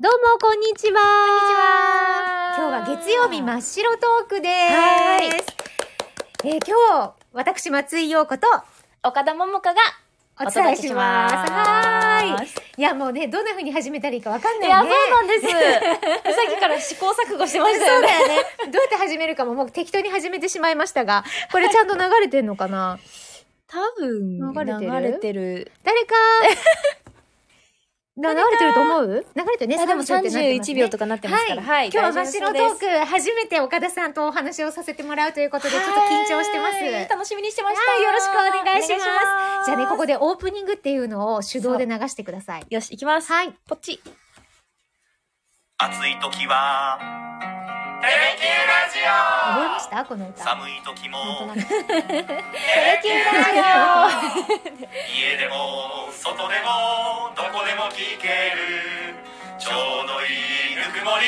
どうも、こんにちは。こ今んにちは日は月曜日真っ白トークではーいす。えー今日、私、松井陽子と岡田桃香がおお伝え伝えしま。しますすはーい。いや、もうね、どんな風に始めたらいいかわかんないいや、そね。うなん です。さっきから試行錯誤してましたそう よだね。よね。どうやって始めるかももう適当に始めてしまいましたが、これちゃんと流れてんのかな多分流れてる流れてる。 誰か、 な流れてると思う流れてるね。あでも30ってなってます31ね秒とかなってますから。はい、今日は真っ白トーク。ク、初めて岡田さんとお話をさせてもらうということで、ちょっと緊張してます。はい楽しみにしてましはた。いよろしくお願いしますお願いしますじゃあね、ここでオープニングっていうのを手動で流してください。よし、行きます。はい。ポチ。暑い時は「テレキューラジ覚えまオしたこの」歌。寒い時もなんとなく「テレキューラ ジオ」家でも外でもどこでも聞けるちょうどいいぬくもり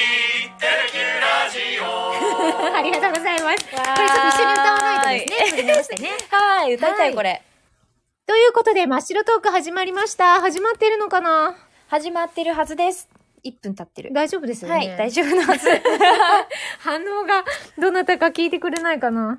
「テレキューラジ オ」ありがとうございます。これちょわーいっと一緒に歌わないとですね。振り直してね。 はい、歌いたはいい、これ。ということで、真っ白トーク始まりました。始まってるのかな始まってるはずです。1分経ってる。大丈夫ですよね。はい、大丈夫なはず。反応がどなたか聞いてくれないかな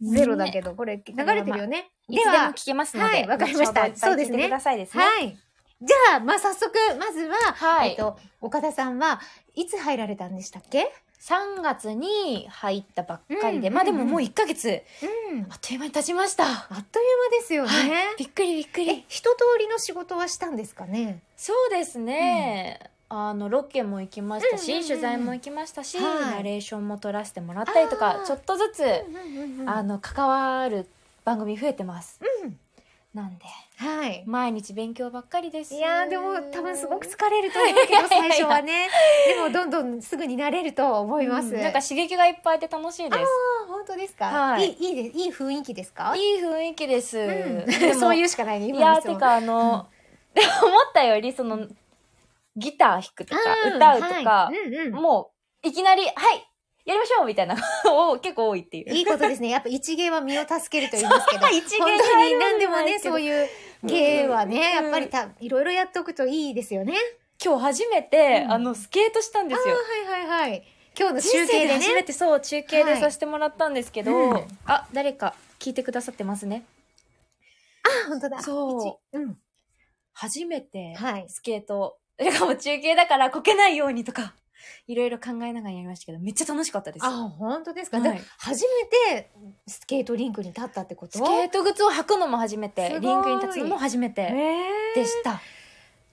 ゼロだけど、これ流れてるよね。いつでも聞けますので。はいわかりました後ほどいっぱい聞いてくださいですね。はい。じゃあ、まあ、早速、まずは、はいえっと、岡田さんはいつ入られたんでしたっけ3月に入ったばっかりで、うんまあうんうでんももう1ヶ月、うん。あっという間に経ちました。あっという間ですよね。はい、びっくりびっくえり。、一通りの仕事はしたんですかねそうですね。あのロケも行きましたし、うんうんうん取材も行きましたし、はいナレーションも撮らせてもらったりとあかーちょっとずつ、ああのの関わる番組増えてます、なんではい。毎日勉強ばっかりですいやーでも多分すごく疲れると思うけど最初はねでもどんどんすぐになれると思います、うんなんか刺激がいっぱいで楽しいであ本当ですか、、はいいいいいでいい雰囲気ですかすいい雰囲気です、うんで もそういうしかないねい今のや質問てかあの、思ったよりそのギター弾くとかん歌うとか、はいうんうんもういきなり「はいやりましょう!」みたいな のを結構多いっていう。いいことですね。やっぱ一芸は身を助けると言いますけど、一芸本に当入にる何でもないね、けどそういう芸はね、うんやっぱりたいろいろやっておくといいですよね。今日初めて、うんあのスケートしたんですよ。あーはいはいはい。今日の人集生計でで初ねめ。てそう中継はでいさせてもらったんですけど、うんあ誰か聞いてくださってますね。あ本当だ。そ一。うん。初めてはい。スケート、しかも中継だからこけないようにとかいろいろ考えながらやりましたけどめっちゃ楽しかったです。あ本当ですか。はいだから初めてスケートリンクに立ったってこと？スケート靴を履くのも初めすごていリンクに立つのも初めて。へーでした。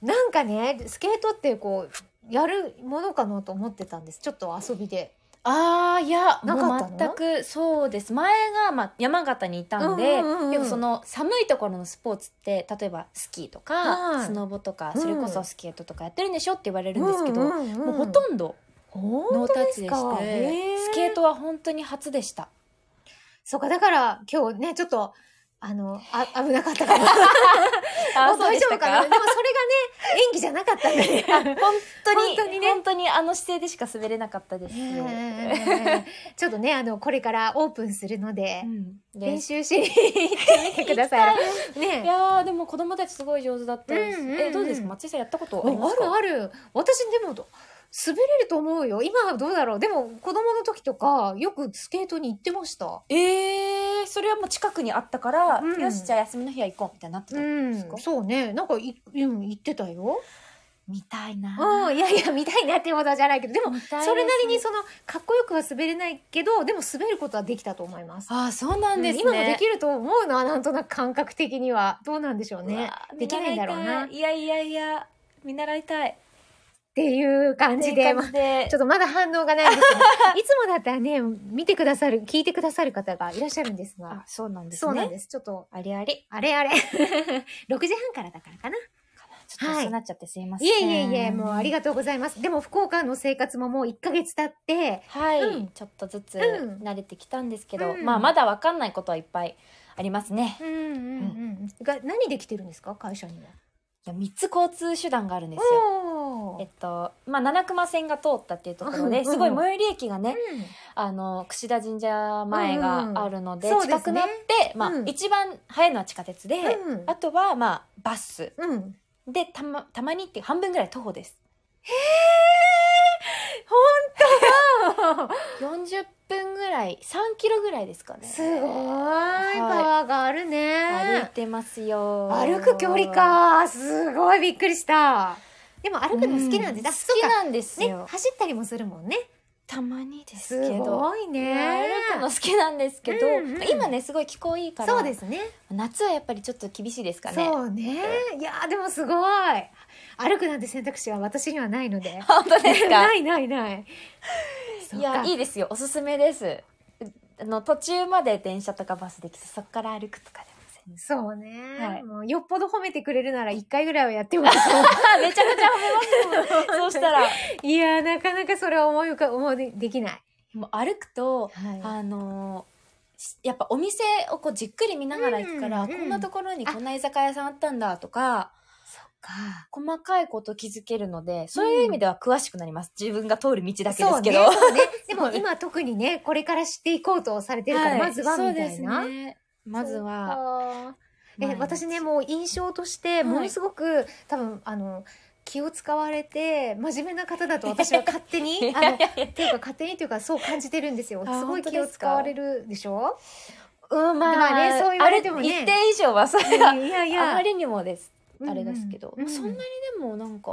なんかね、スケートってこうやるものかなと思ってたんです。ちょっと遊びで。ああいやなかったのもう全くそうです前が、まあ、山形にいたんうで、んうんうんうん結構その寒いところのスポーツって例えばスキーとか、はいスノボとかうんそれこそスケートとかやってるんでしょって言われるんですけど、うんうんうんもうほとんどノータッチでして本当ですかへースケートは本当に初でした。そうか、だから今日ね、ちょっと、あの、あ危なかったから。あもう大丈夫かなでもそれが本ね、演技じゃなかったんで ね。当に本本当当にに、ね本当にあの姿勢でしか滑れなかったです。えーちょっとね、あの、これからオープンするのでう、ん練で習しに行ってみてください。いねやーでも子供たちすごい上手だったです。うんうんうんえどうですか松井さんやったことあありますか？るある。私でも、滑れると思うよ。今はどうだろう。でも、子供の時とか、よくスケートに行ってました。ええそれはもう近くにあったから、うんよしじゃあ休みの日は行こうみたいになってたうんんですか、、そうね。なんかい、うん、行ってたよ。みたいなうん、いやいや、見たいなっていうことじゃないけど、でも、みたいですそれなりにそのかっこよくは滑れないけどでも滑ることはできたと思います。ああそうなんですね、今もできると思うななんとなく感覚的にはどうなんでしょううねわーできないんだろうなっ見習いたいいやいやいや見習いたいていう感じでまあでちょっとまだ反応がないですね いつもだったらね見てくださる聞いてくださる方がいらっしゃるんですがあそうなんですそねうなんですちょっとありありあれ あれ6時半からだからかなちょっとそうなっちゃってすいません、いえいえいえもうありがとうございますでも福岡の生活ももう1ヶ月経ってはい、うんちょっとずつうん慣れてきたんですけど、うんまあまだわかんないことはいっぱいありますね、うんうんうんが何で来てるんですか会社にはいや3つ交通手段があるんですよおーえっとまあ、七熊線が通ったっていうところうんうんで、すごい最寄り駅がね、うんあの櫛田神社前があるので、うんうん近くなって、まあうん一番早いのは地下鉄で、うんあとはまあバスうん。 でたまたまにっていう半分ぐらい徒歩です40分ぐらい3キロぐらいですかねすごい、パワーがある歩いね。てますよ歩く距離か。すごいびっくりした。でも歩くの好きなんでうす。あ好きなんですそうかよ、ね、走ったりもするもんね。たまにですすけどごいいね。や歩くの好きなんですけど、うんうん今ねすごい気候いいからそうですね。夏はやっぱりちょっと厳しいですかね。そうね。いやーでもすごい。歩くなんて選択肢は私にはないので本当 です かないないない。いそっやかいいですよおすすめですあの途中まで電車とかバスできてそこから歩くとかでも全然そうね、はいもうよっぽど褒めてくれるなら一回ぐらいはやってます。あ めちゃめちゃ褒めますもんそうしたら いやーなかなかそれは思い浮か思いできない。もう歩くとはあのーしやっぱお店をこうじっくり見ながら行くから、うんうんこんなところにこんな居酒屋さんあったんだとかか。細かいこと気づけるのでそういう意味では詳しくなります、自分が通る道だけでそうすけね。 ど、そう ね。でも今特にね、これから知っていこうとされてるから、いまずはみたいそな。うですねまずはは。まえあ私ねもう印象としていものすごく、多分あの気を使われて真面目な方だと私 は勝手にあのっていうか勝手にというかそう感じてるんですよあすごい本当気でをすか使われるでしょうん まあ、まあねそう言われてもねある一定以上はそいれやはいやいあやまりにもですあれですけど、うんうんそんなにでもなんか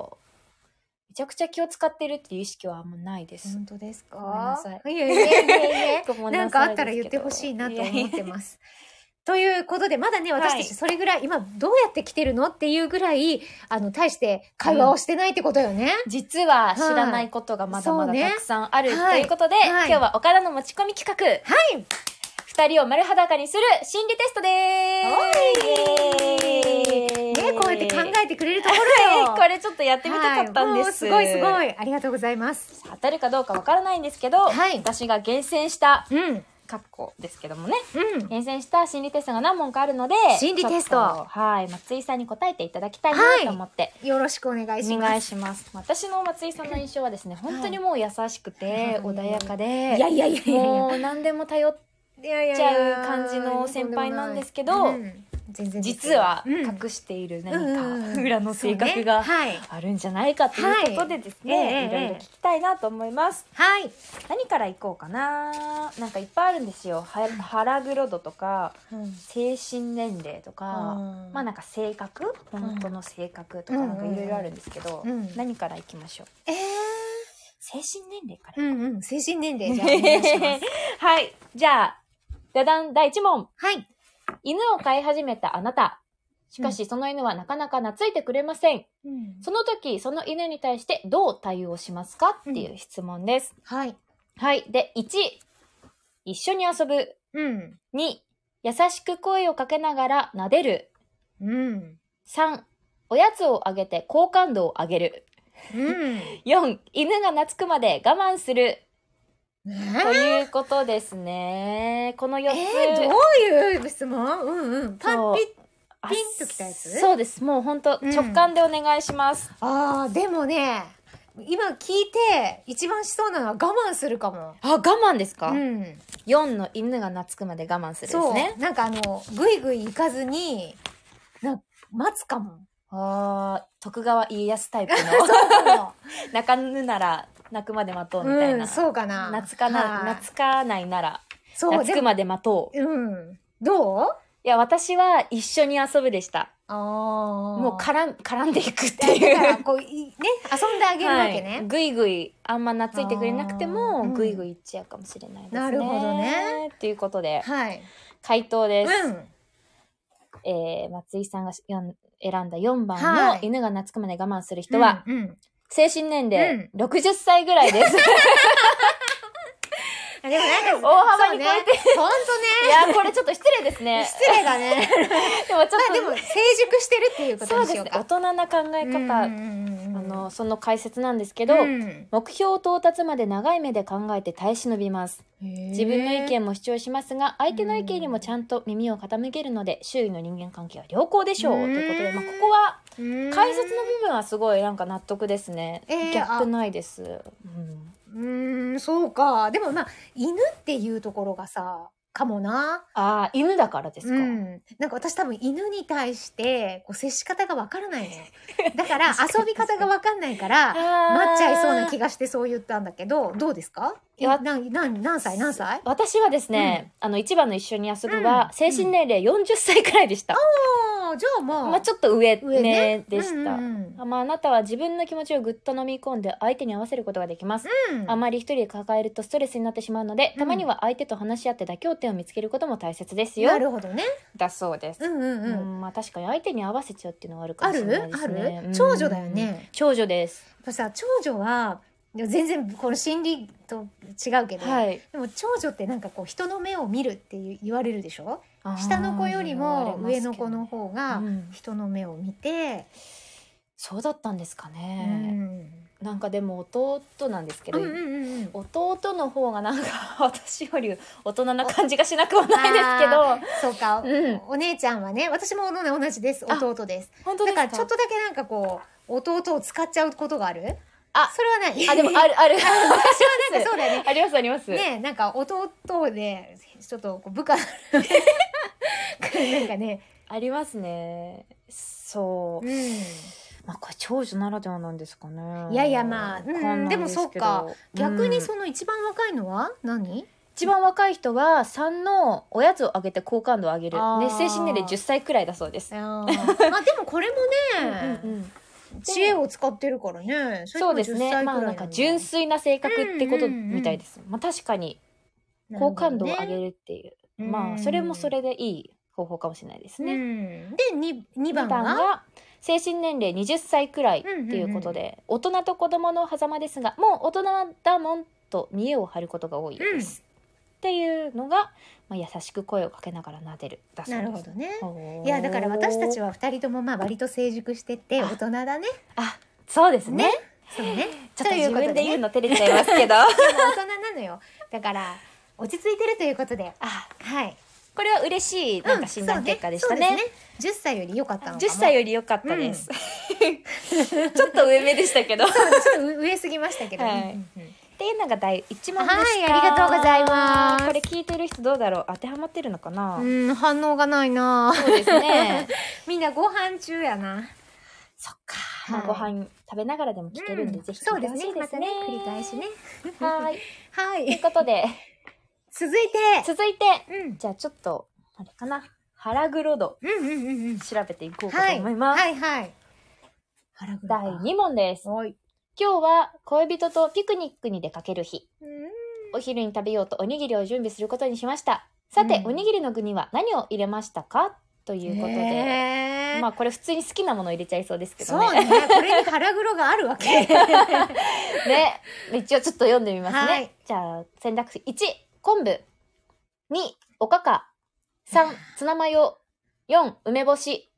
めちゃくちゃ気を使ってるっていう意識はあんまないです、本当ですかごめんなさいやいやいやいやいやごめなんんさかいあったら言ですっけてど ほしいなとやや思ってます。ということで、まだね、私たちそれぐらい、今どうやって来てるのっていうぐらい、あの、大して会話をしてないってことよね。実は知らないことがまだはまだいそうねたくさんある、はいということで、はい今日は岡田の持ち込み企画、はい二人を丸裸にする心理テストでーすね、こうやって考えてくれるところよ。はいこれちょっとやってみたかったんではいもうす、すごいすごいい。ありがとうございます。当たるかどうかわからないんですけど、はい私が厳選したうん。うん。括弧ですけどもね厳選した心理テストが何問かあるので心理テストちょっとはい松井さんに答えていただきたいなと思って、よろしくお願いしおま願いす。します私の松井さんの印象はですね本当にもう優しくて、はい穏やかいでやいやいやいやもう何でも頼っいやいやいちゃう感じの先輩なんですけどうん全然です実はうん隠しているうんうん何うかん裏の性格がそうねはい。あるんじゃないかということでですね、はいええい、ろいえろえ聞きたいなと思いますはい。何から行こうかななんかいっぱいあるんですよは腹黒度とか精神年齢とか、うんまあなんか性格本当の性格とかうんなんかいろいろあるんですけど、うん何からいきましょうえー精神年齢かうら、んうん。精神年齢 じゃあお願いします。はいじゃあダダン第1問はい。犬を飼い始めたあなたしかしその犬はなかなか懐いてくれません、その時その犬に対してどう対応しますかっていう質問です、はい。はいで1一緒に遊ぶうん。 2優しく声をかけながら撫でるうん。 3おやつをあげて好感度を上げるうん。 4犬が懐くまで我慢するねということですねこの4えつ、ー、どういう質問うんうん。パそンうピッあピンときたやつそうですもう本当うん直感でお願いします、あーでもね今聞いて一番しそうなのは我慢するかも。あ我慢ですか、うん、 4の犬が懐くまで我慢するですそうねなんかあのぐいぐい行かずにな待つかも。あー徳川家康タイプのそう か泣かぬなら泣くまで待とうもみたいな、うん、そうかな。懐かな、はい懐かないならそう懐でくもまで待とううんどう？いや、私は一緒に遊ぶでした。ああももう絡ん絡んでいくってだいう。からこういね遊んであげるわけはねい。。ぐいぐい、あんま懐いてくれなくてあーうも、んぐいぐいいっちゃうかもしれないですね。なるほどね。ということで、はい。回答です。うんえー、松井さんがよん選んだ4番はのい犬が懐くまで我慢する人は、うんうん精神年齢う60歳ぐらいです。あでもなんか大幅に超えてそうね本いや、これちょっと失礼です当ねね。失礼だね。でもち ょまっあと、でも成熟してるっていうこと そうにでしすようね。か大。人な考え方、ああの、その解説なんですけうど、ん目標到達まで長い目で考えて耐え忍びます。自分の意見も主張しますが、相手の意見にもちゃんと耳を傾けるので、周囲の人間関係は良好でしょう。うんということで、まあ、ここは、の解説の部分はすごいなんか納得ですね。えーギャップないです。うんうーんそうかでもまあ犬っていうところがさかもな。ああ、犬だからですうか。ん。なんか私多分犬に対して、こう、接し方がわからないのよ。だから、遊び方がわかんないから、あなっちゃいそうなが気がしてそう言ったんだけど、どうですかいや何、何、何歳何歳私はですね、あの、一番の一緒に遊ぶうはん、精神年齢40歳くらいでした。おーじゃあもう。まあちょっと上上ね目でした。うんうんあまあ、あなたは自分の気持ちをぐっと飲み込んで相手に合わせることができます、うんうんあまり一人で抱えるとストレスになってしまうのでうんたまには相手と話し合って妥協点を見つけることも大切ですよ、なるほどね。だそうです、うんうんううん。んまあ、確かに相手に合わせちゃうっていうのはあるかあもしれるないですあねうるん長女だよね。長女ですやっぱさ、長女は、いや全然この心理と違うけど、はいでも長女ってなんかこう人の目を見るっていう言われるでしょ下の子よりあもー上の子の方がうん人の目を見て、そうだったんですかうね、んなんかでも弟なんですけうど、んうんうんうん弟の方がなんか 私より大人な感じがしなくはないですけどそうか、うんお姉ちゃんはね私も同じですあ弟です本当でだすかからちょっとだけなんかこう弟を使っちゃうことがあるあそれはないあ、でも あある、ある。昔はなんかそうだよね あります、あります。ねなんか弟でちょっとこう部下 なんかね、ありますね。そう。うまあ、これ長女ならではなんですかね。いやいやまあうんわかんないすけどでもそうか。ん、逆にうんその一番若いのは何、一番若い人は、3のおやつをあげて好感度を上げるあ。ーね、精神年齢10歳くらいだそうです。あーまあでもこれもね、うんうん知恵を使ってるからね。れもそうです10ね。歳くまらあ、いなだんか純粋な性格ってことうんうんうんみたいです。まあ、確かに、好感度を上なるげるっていう。ほどねまあ、それもそでれでいい方法かもしれないですすね。で、に二番2番がが精神年齢20歳くらいっていうことで、大人と子供の狭間ですがもう大人だもんと見栄を張ることが多いです、っていうのが、まあ、優しく声をかけながら撫でるだそうなでするほどね。ほいやだから私たちは二人ともまあ割と成熟してて大あ人だね。あそうですねねそうね。ちょっと自分で言ううの照れちゃいます けどあことでね。でも大人なのよ。だから落ち着いてるということで、はい。これは嬉しいなんか診断結果でしたね,、うんそうそうですね10歳より良かったのかも。 10歳より良かったです、 ちょっと上目でしたけどっちょっと上すぎましたけど。はいうんうんうんていうのが第1問でしたはいありがとうございますこれ聞いてる人どうだろう当てはまってるのかな、うん反応がないな。そうですね。みんなご飯中やな。 そっか。まあ、ごはい飯食べながらでも聞けるんで、うんぜひそ聞ういでてほすしいね。でますたねね。。繰り返しね。はい。はというい。ことで、続いて。続いて、うん。じゃあちょっと、あれかな。腹黒度、うんうんうんうん。調べていこうかはとい。思います。はいはい。腹黒か第2問です。おい。今日は恋人とピクニックに出かける日。うんお昼に食べようとおにぎりを準備することにしました。さて、うんおにぎりの具には何を入れましたかということで。へーまあこれ普通に好きなもの入れちゃいそうですけどそうね。ね。これに腹黒があるわ け。ね。一応ちょっと 読んでみますね。はいじゃあ、選択肢1、昆布。2、おかか。3、ツナマヨ。4、梅干し。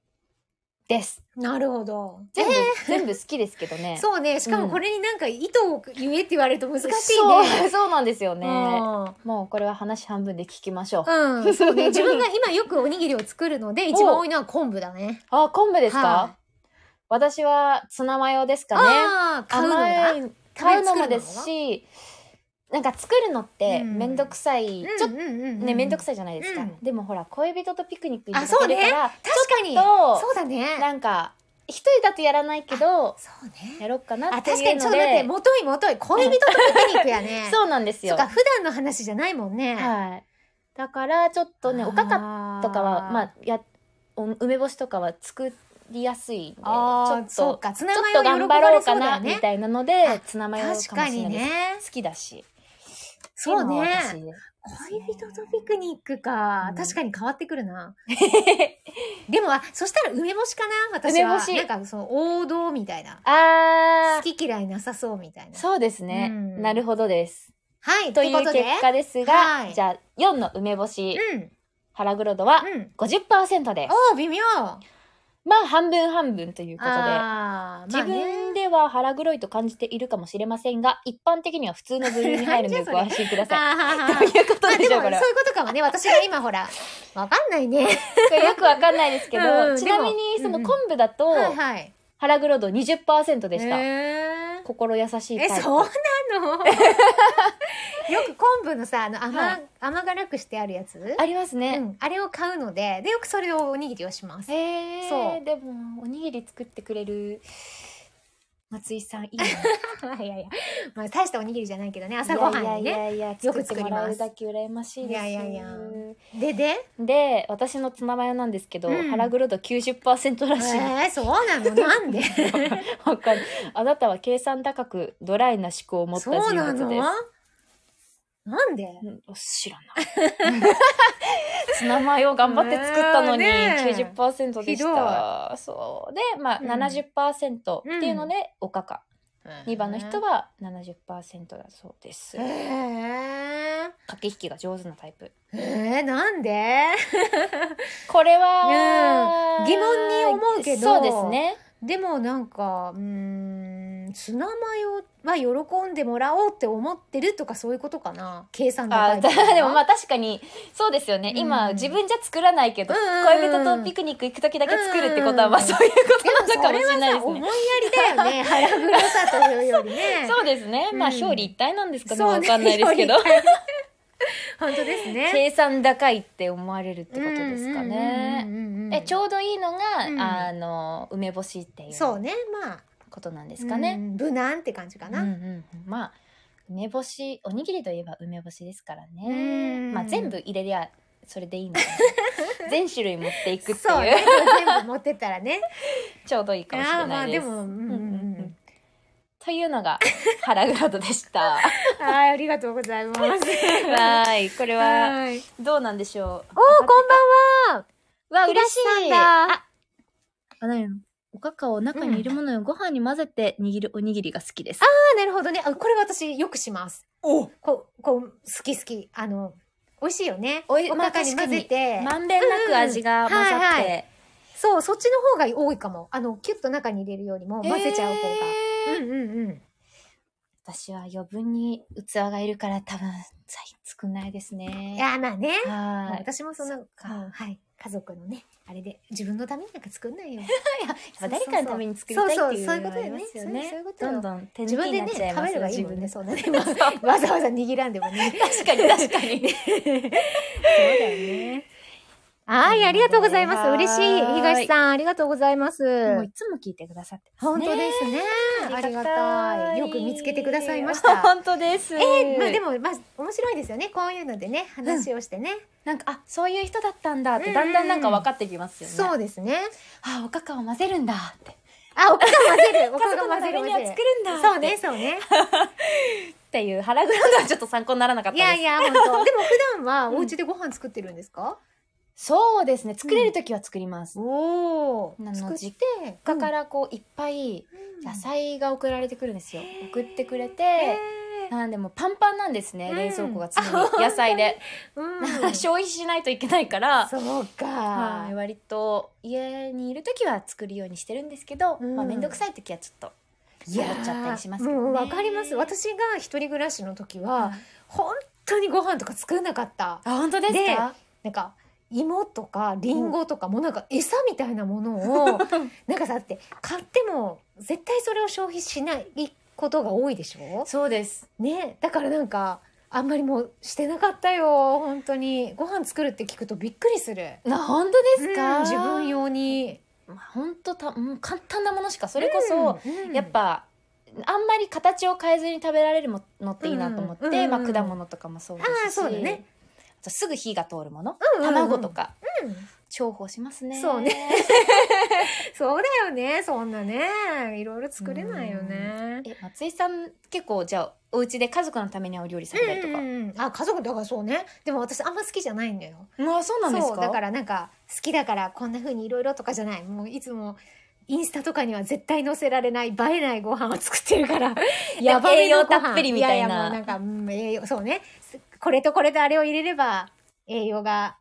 です。なるほど。全部、全部好きですけどね。そうね。しかもこれになんか意図を言えって言われると難しいね。そうそうなんですよね。うんもうこれは話半分で聞きましょう。うん、そうね。自分が今よくおにぎりを作るので、一番多いのは昆布だね。あ、昆布ですか、は私はツナマヨですかね。ああ、買うのが。甘い買うのもですし、なんか作るのってうんめんどくさい、ちょっとね、めんどくささいじゃないですか。うんでもほら、恋人とピクニックにあ出かけるから、確かにちょっとそうだねなんか、一人だとやらないけど、そうねやろうかなあってい確かうにちょのっと待ってで。もといもとい恋人とピクニックやねそうなんですそよっ。か普段の話じゃないもんね、はい。だから、ちょっとね、おかかかとかは、まあ、や、お梅干しとかは作りやすいんで、ちょあっーそうと、かツちナマょっとヨ喜頑張ばろれうかそうだな、よみねたいなのであ、ツナマヨかもし確かれなにいです。ね好きだし。そうね今は恋人とピクニックか、うん確かに変わってくる な私。でもあそしたら梅干しかな私は梅干しなんかその王道みたいなあ好き嫌いなさそうみたいー、なそうですね。うんなるほどです。はいとといいうこうとで結果ですが、はいじゃあ4の梅干し、うん腹黒度はうん50%です。おー微妙まあ半分半分ということで、あーまあ自分では腹黒いと感じているかもしれませんが、一般的には普通の部類に入るのでなんじごゃそれ安心ください。あとー いう ことまあででしょもそういう、これうは。ことかもね。私が今ほら、わかんないね。これよくわかんないですけど、うんうんちなみでにもそのうんうん昆布だとはいはい。腹黒度20%でした。へー心優しいタえ、イプ。そうな のよく昆布のさ、あの、甘、は甘辛くしてあるやつありますね。うん、あれを買うので、で、よくそれをおにぎりをします。へえ。そう でも、おにぎり作ってくれる松井さん、いいな。いやいや、まあ、大したおにぎりじゃないけどね、朝ごはんにね。いやいやいや、よく作ってもらえるだけ羨ましいでいす。やいやいやでで、で、私のツナマヨなんですけど、うん腹黒度90%らしい。えー、そうなのなんでわ かる。あなたは計算高くドライな思考を持った人そうな物のです。なんでうん知らない。 ツナマヨ頑張って作ったのにねえ90%でした。そう。で、まあ、うん70%っていうので、おかか。2番の人は。は70%だそうです。えー、駆け引きが上手なタイプ。えー、なんでこれは、うん疑問に思うけどそうですね。でもなんか、うーん、ツナマヨは喜んでもらおうって思ってるとかそういうことかな計算があ大事なのはー でもまあ確かにそうですよね、う今ん自分じゃ作らないけど、うんうんうん恋人とピクニック行く時だけ作るってことはまあうんそういうことなのかもしれないででもそれはさす思いね。やりだよね腹黒さというよりねそうですね、まあうん表裏一体なんですかねそうねわかんないで すけど本当ですね計算高いって思われるってことですかうね。んうんうんうんえちょうどいいのが、うんあの梅干しっていうそうねまあことなんですかね。うん無難って感じかうんうな、んまあ梅干しおにぎりといえば梅干しですからうんね。まあ全部入れりゃそれでい いのかな全種類持っていくってそういねう。全部持ってったらねちょうど いいかもしあれあまなあいでです。もうんうんううんうんうんんというのが 腹グラドでした。あーありがとうござい ますわーい、これ ははいどうなんでしょう。おーこんばんはわ嬉しいだああなよ。おかかを中ににいいるるものをご飯に混ぜて握るおにぎりが好きです。なるほどねあこれ私よくしますおこうこう好き好きあの美味しいよねおいお腹に混ぜて、まんべんなく味が混ざって、うんはいはそうそっちの方が多いかもあのキュッと中に入れるよりも混ぜちゃう方が、えーうんうんうん私は余分に器がいるから多分さ少ないですね。いやーまあねまあはい。私もそんな、そっかうんはい、家族のねあれで自分のためになんか作んない よやっぱ誰かのために作りたいっていうそうそうそういうことだよねのはありますそういうことよどんどん手自抜き分にでなっねちゃい食ますべれよばいい自もん分ねでそんなねわざわざ握らんでも ね確かに確か に。そうだよねはいありがとうございまはすーい嬉しい東さんありがとうございますもういつも聞いてくださってます本ね。当ですねありがたいよく見つけてくださいま した本当です。ええーまあでもも、まあ、面白いですよねこういうのでね話をしてね、なんかあそういう人だったんだっうんうてんだんだんなんか分かってきますよね。。そううですねあおかかを混ぜるんだって。あおかが混 ぜるお家か族がの混たぜめるに混はぜる作るんだって。そうね。そうねっていう腹黒のはちょっと参考にならなかったいです。やいや、 本当。でも普段はうんお家でご飯作ってるんですか、そうですね作れる時は作ります。おなおの作って実、他からこういっぱいうん野菜が送られてくるんですよ。送ってくれへて。なんでもうパンパンなんですね、うん冷蔵庫が常に野菜で、ーうん消費しないといけないか らそうかはい、。割と家にいる時は作るようにしてるんですけど、うんまあ面倒くさい時はちょっといややっちゃったりしますーけど、ね、もうわかります。私が一人暮らしの時は、本当にご飯とか作んなかった。あ本当ですかなんか、芋とかリンゴとかもうなんか餌みたいなもの を、なんかさ、だって買っても絶対それを消費しないことが多いでしょそうですねだからなんかあんまりもうしてなかったよ本当にご飯作るって聞くとびっくりするな本当ですうか、ん自分用にまあ本当たもう簡単なものしかそれこそ、、うんやっぱあんまり形を変えずに食べられるものっていいなと思って、うんうんうんまあ、果物とかもそうですしあーそうだねあとすぐ火が通るもの、うんうんうん卵とかうん重宝しますねそうねそうだよねそんなねいろいろ作れないよねえ松井さん結構じゃあお家で家族のためにお料理されたりとか、うんうんうんあ家族だからそうねでも私あんま好きじゃないんだよまあそうなんですかそうだからなんか好きだからこんな風にいろいろとかじゃないもういつもインスタとかには絶対載せられない映えないご飯を作ってる からやばい栄養たっぷりみたいややな。もうなんか、うん、栄養、そうね。すこれとこれとあれを入れれば、栄養が、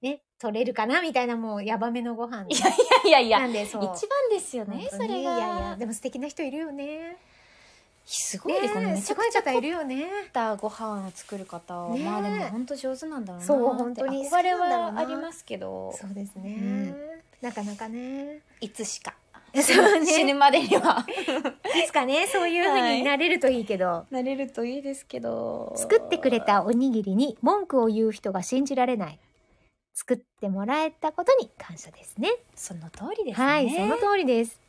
ね、取れるかなみたいな、もう、やばめのご飯。いや いやいやいなや、んで、そ一う。番ですよね、本そ当にれが。いやいや、でも素敵な人いるよね。すごいですね。ねめちすゃくごい方いるよね。ちゃご飯を作る方、ねまあでも本当上手なんだろうなって。そう本当に憧れそうなんだろうはなありますけど、そうですね。ん なかなかね。いつしかそう ね 死ぬまでにはいつかねそういうふうになれるといいけど、なれるといいですけど作ってくれたおにぎりに文句を言う人が信じられない作ってもらえたことに感謝ですねその通りですね、はいその通りです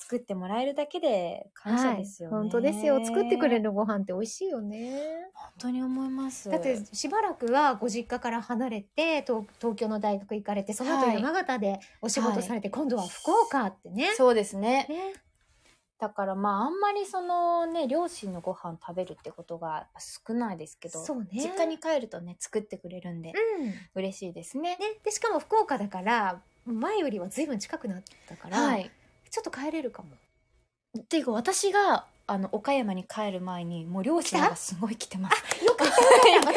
作ってもらえるだけで感謝ですよね、はい、本当ですよ作ってくれるご飯って美味しいよね本当に思いますだってしばらくはご実家から離れて東東京の大学行かれてその後はい山形でお仕事されて、今度は福岡ってねそうですねねだからまああんまりそのね両親のご飯食べるってことがやっぱ少ないですけど、そうね実家に帰るとね作ってくれるんでうん嬉しいですね、ね。でしかも福岡だから前よりは随分近くなったから、はい。ちょっと帰れるかも。っていうか私があの岡山に帰る前にもう両親がすごい来てます。よかったまた それ聞いて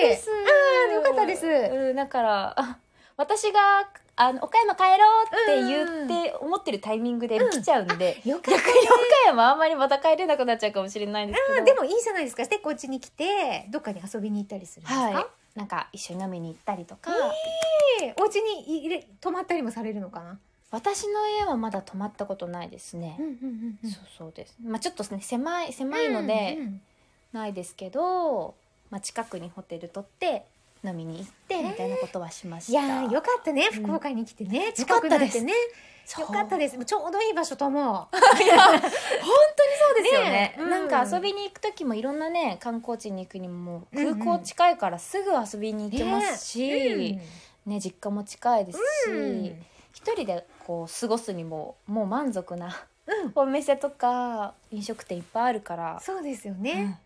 嬉しい。ああーよかったですうん、だから あ私があの岡山帰ろうって言って思ってるタイミングで来ちゃうんで、よかっ逆に岡山あんまりまた帰れなくなっちゃうかもしれないんですけど。た。でもいいじゃないですか。でこっちに来てどっかに遊びに行ったりするんですか。はい。なんか一緒に飲みに行ったりとか。でお家に入れ泊まったりもされるのかな。私の家はまだ泊まったことないですね、そうそうですまあちょっとね狭い狭いので、うんうんないですけど、まあ、近くにホテル取って飲みに行ってみたいなことはしましいた、やーよかったねうん福岡に来てね、よ近かっくたなでっすてねそうよかったですちょうどいい場所と思う そうですよねねうんなんか遊びに行く時もいろんなね観光地に行くにももう空港近いからすぐ遊びに行けますし、ね実家も近いですし、うん一人でこう過ごすにももう満足な、お店とか飲食店いっぱいあるからそうですようね、ん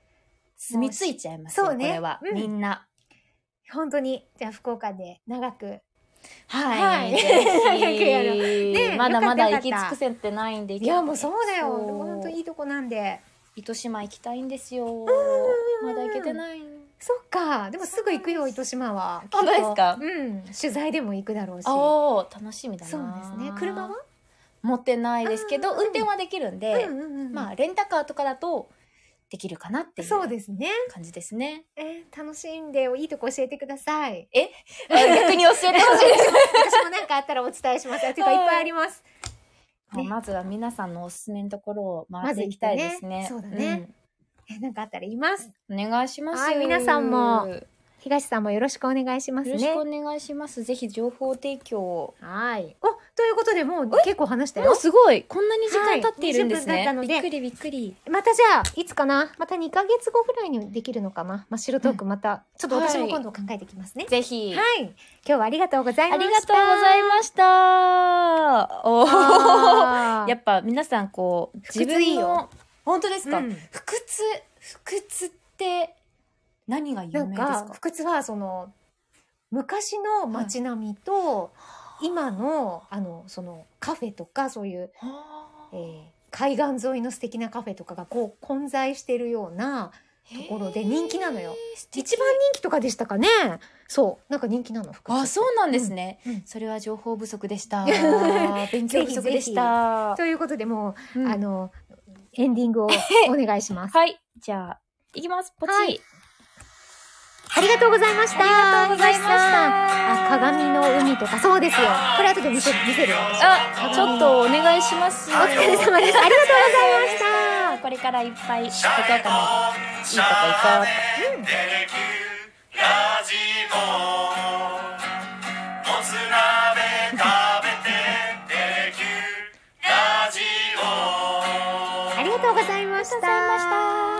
住み着いちゃいますよそうねこれは、うんみんな本当にじゃあ福岡で長くは はい、いぜひね まだまだよか行ったきよかった尽くせてないんでいやもうそうだよ。でも本当いにいとこなんで。糸島行きたいんですよまだ行けてないそっか。でもすぐ行くよ糸島は。本当ですかきっとうん。取材でも行くだろうし。そおお楽しみだなうですね。車は？持ってないですけどあー運転はできるんで、うんうんうんまあレンタカーとかだとできるかなっていうそう感ですね。じですねえー楽しんでいいとこ教えてください。あ 逆 に教えてほしいです私もなんかあったらお伝えします。あていうかいはっいぱいあります。もうまずは皆さんのおすすめのところを回っていきたいですまね。ず行ってねそうだねえーなんかあったら言います。うん。お願いします。はい皆さんもよ東さんもよろしくお願いしますろしくねお。願いします。ぜひ情報提供を。はい。おということでもう結構話したもうよ。すごいこんなに時間経っているんですはい20分経っねた。のでびっくりびっくり。またじゃあいつかな。また2ヶ月後ぐらいにできるのかな。まあ白トークまたちょっと私も今度考えてきますね。ぜひ。はい。今日はありがとうございあました。りがとうございました。おお。あーやっぱ皆さんこう腹自痛い分よの本当ですか。うん腹痛腹痛って何が有な名んですかか。不屈はその昔の街並みと、今のあのそのカフェとかそういう、はえー海岸沿いの素敵なカフェとかがこう混在してるようなーところで人気なのよ。へー素敵一番人気とかでしたかねそうなんか人気なの福あ、そうなんですね。うんうんそれは情報不足でし た。勉勉強不足でした。ということでもう、うんあのエンディン グをお願いします。はい、じゃあ、いきます。ポチ。はいありがとうございました。ありがとうございましたあ、鏡の海とか、そうですよ。これ後で見せる、見せるよ。私あ、ちょっとお願いします。おお疲れ様です。ありがとうございました。これからいっぱいシ福ャレ岡とのシャラネテレキューラジオもつ鍋食べてテレキューラジオありがとうございました。ありがとうございました。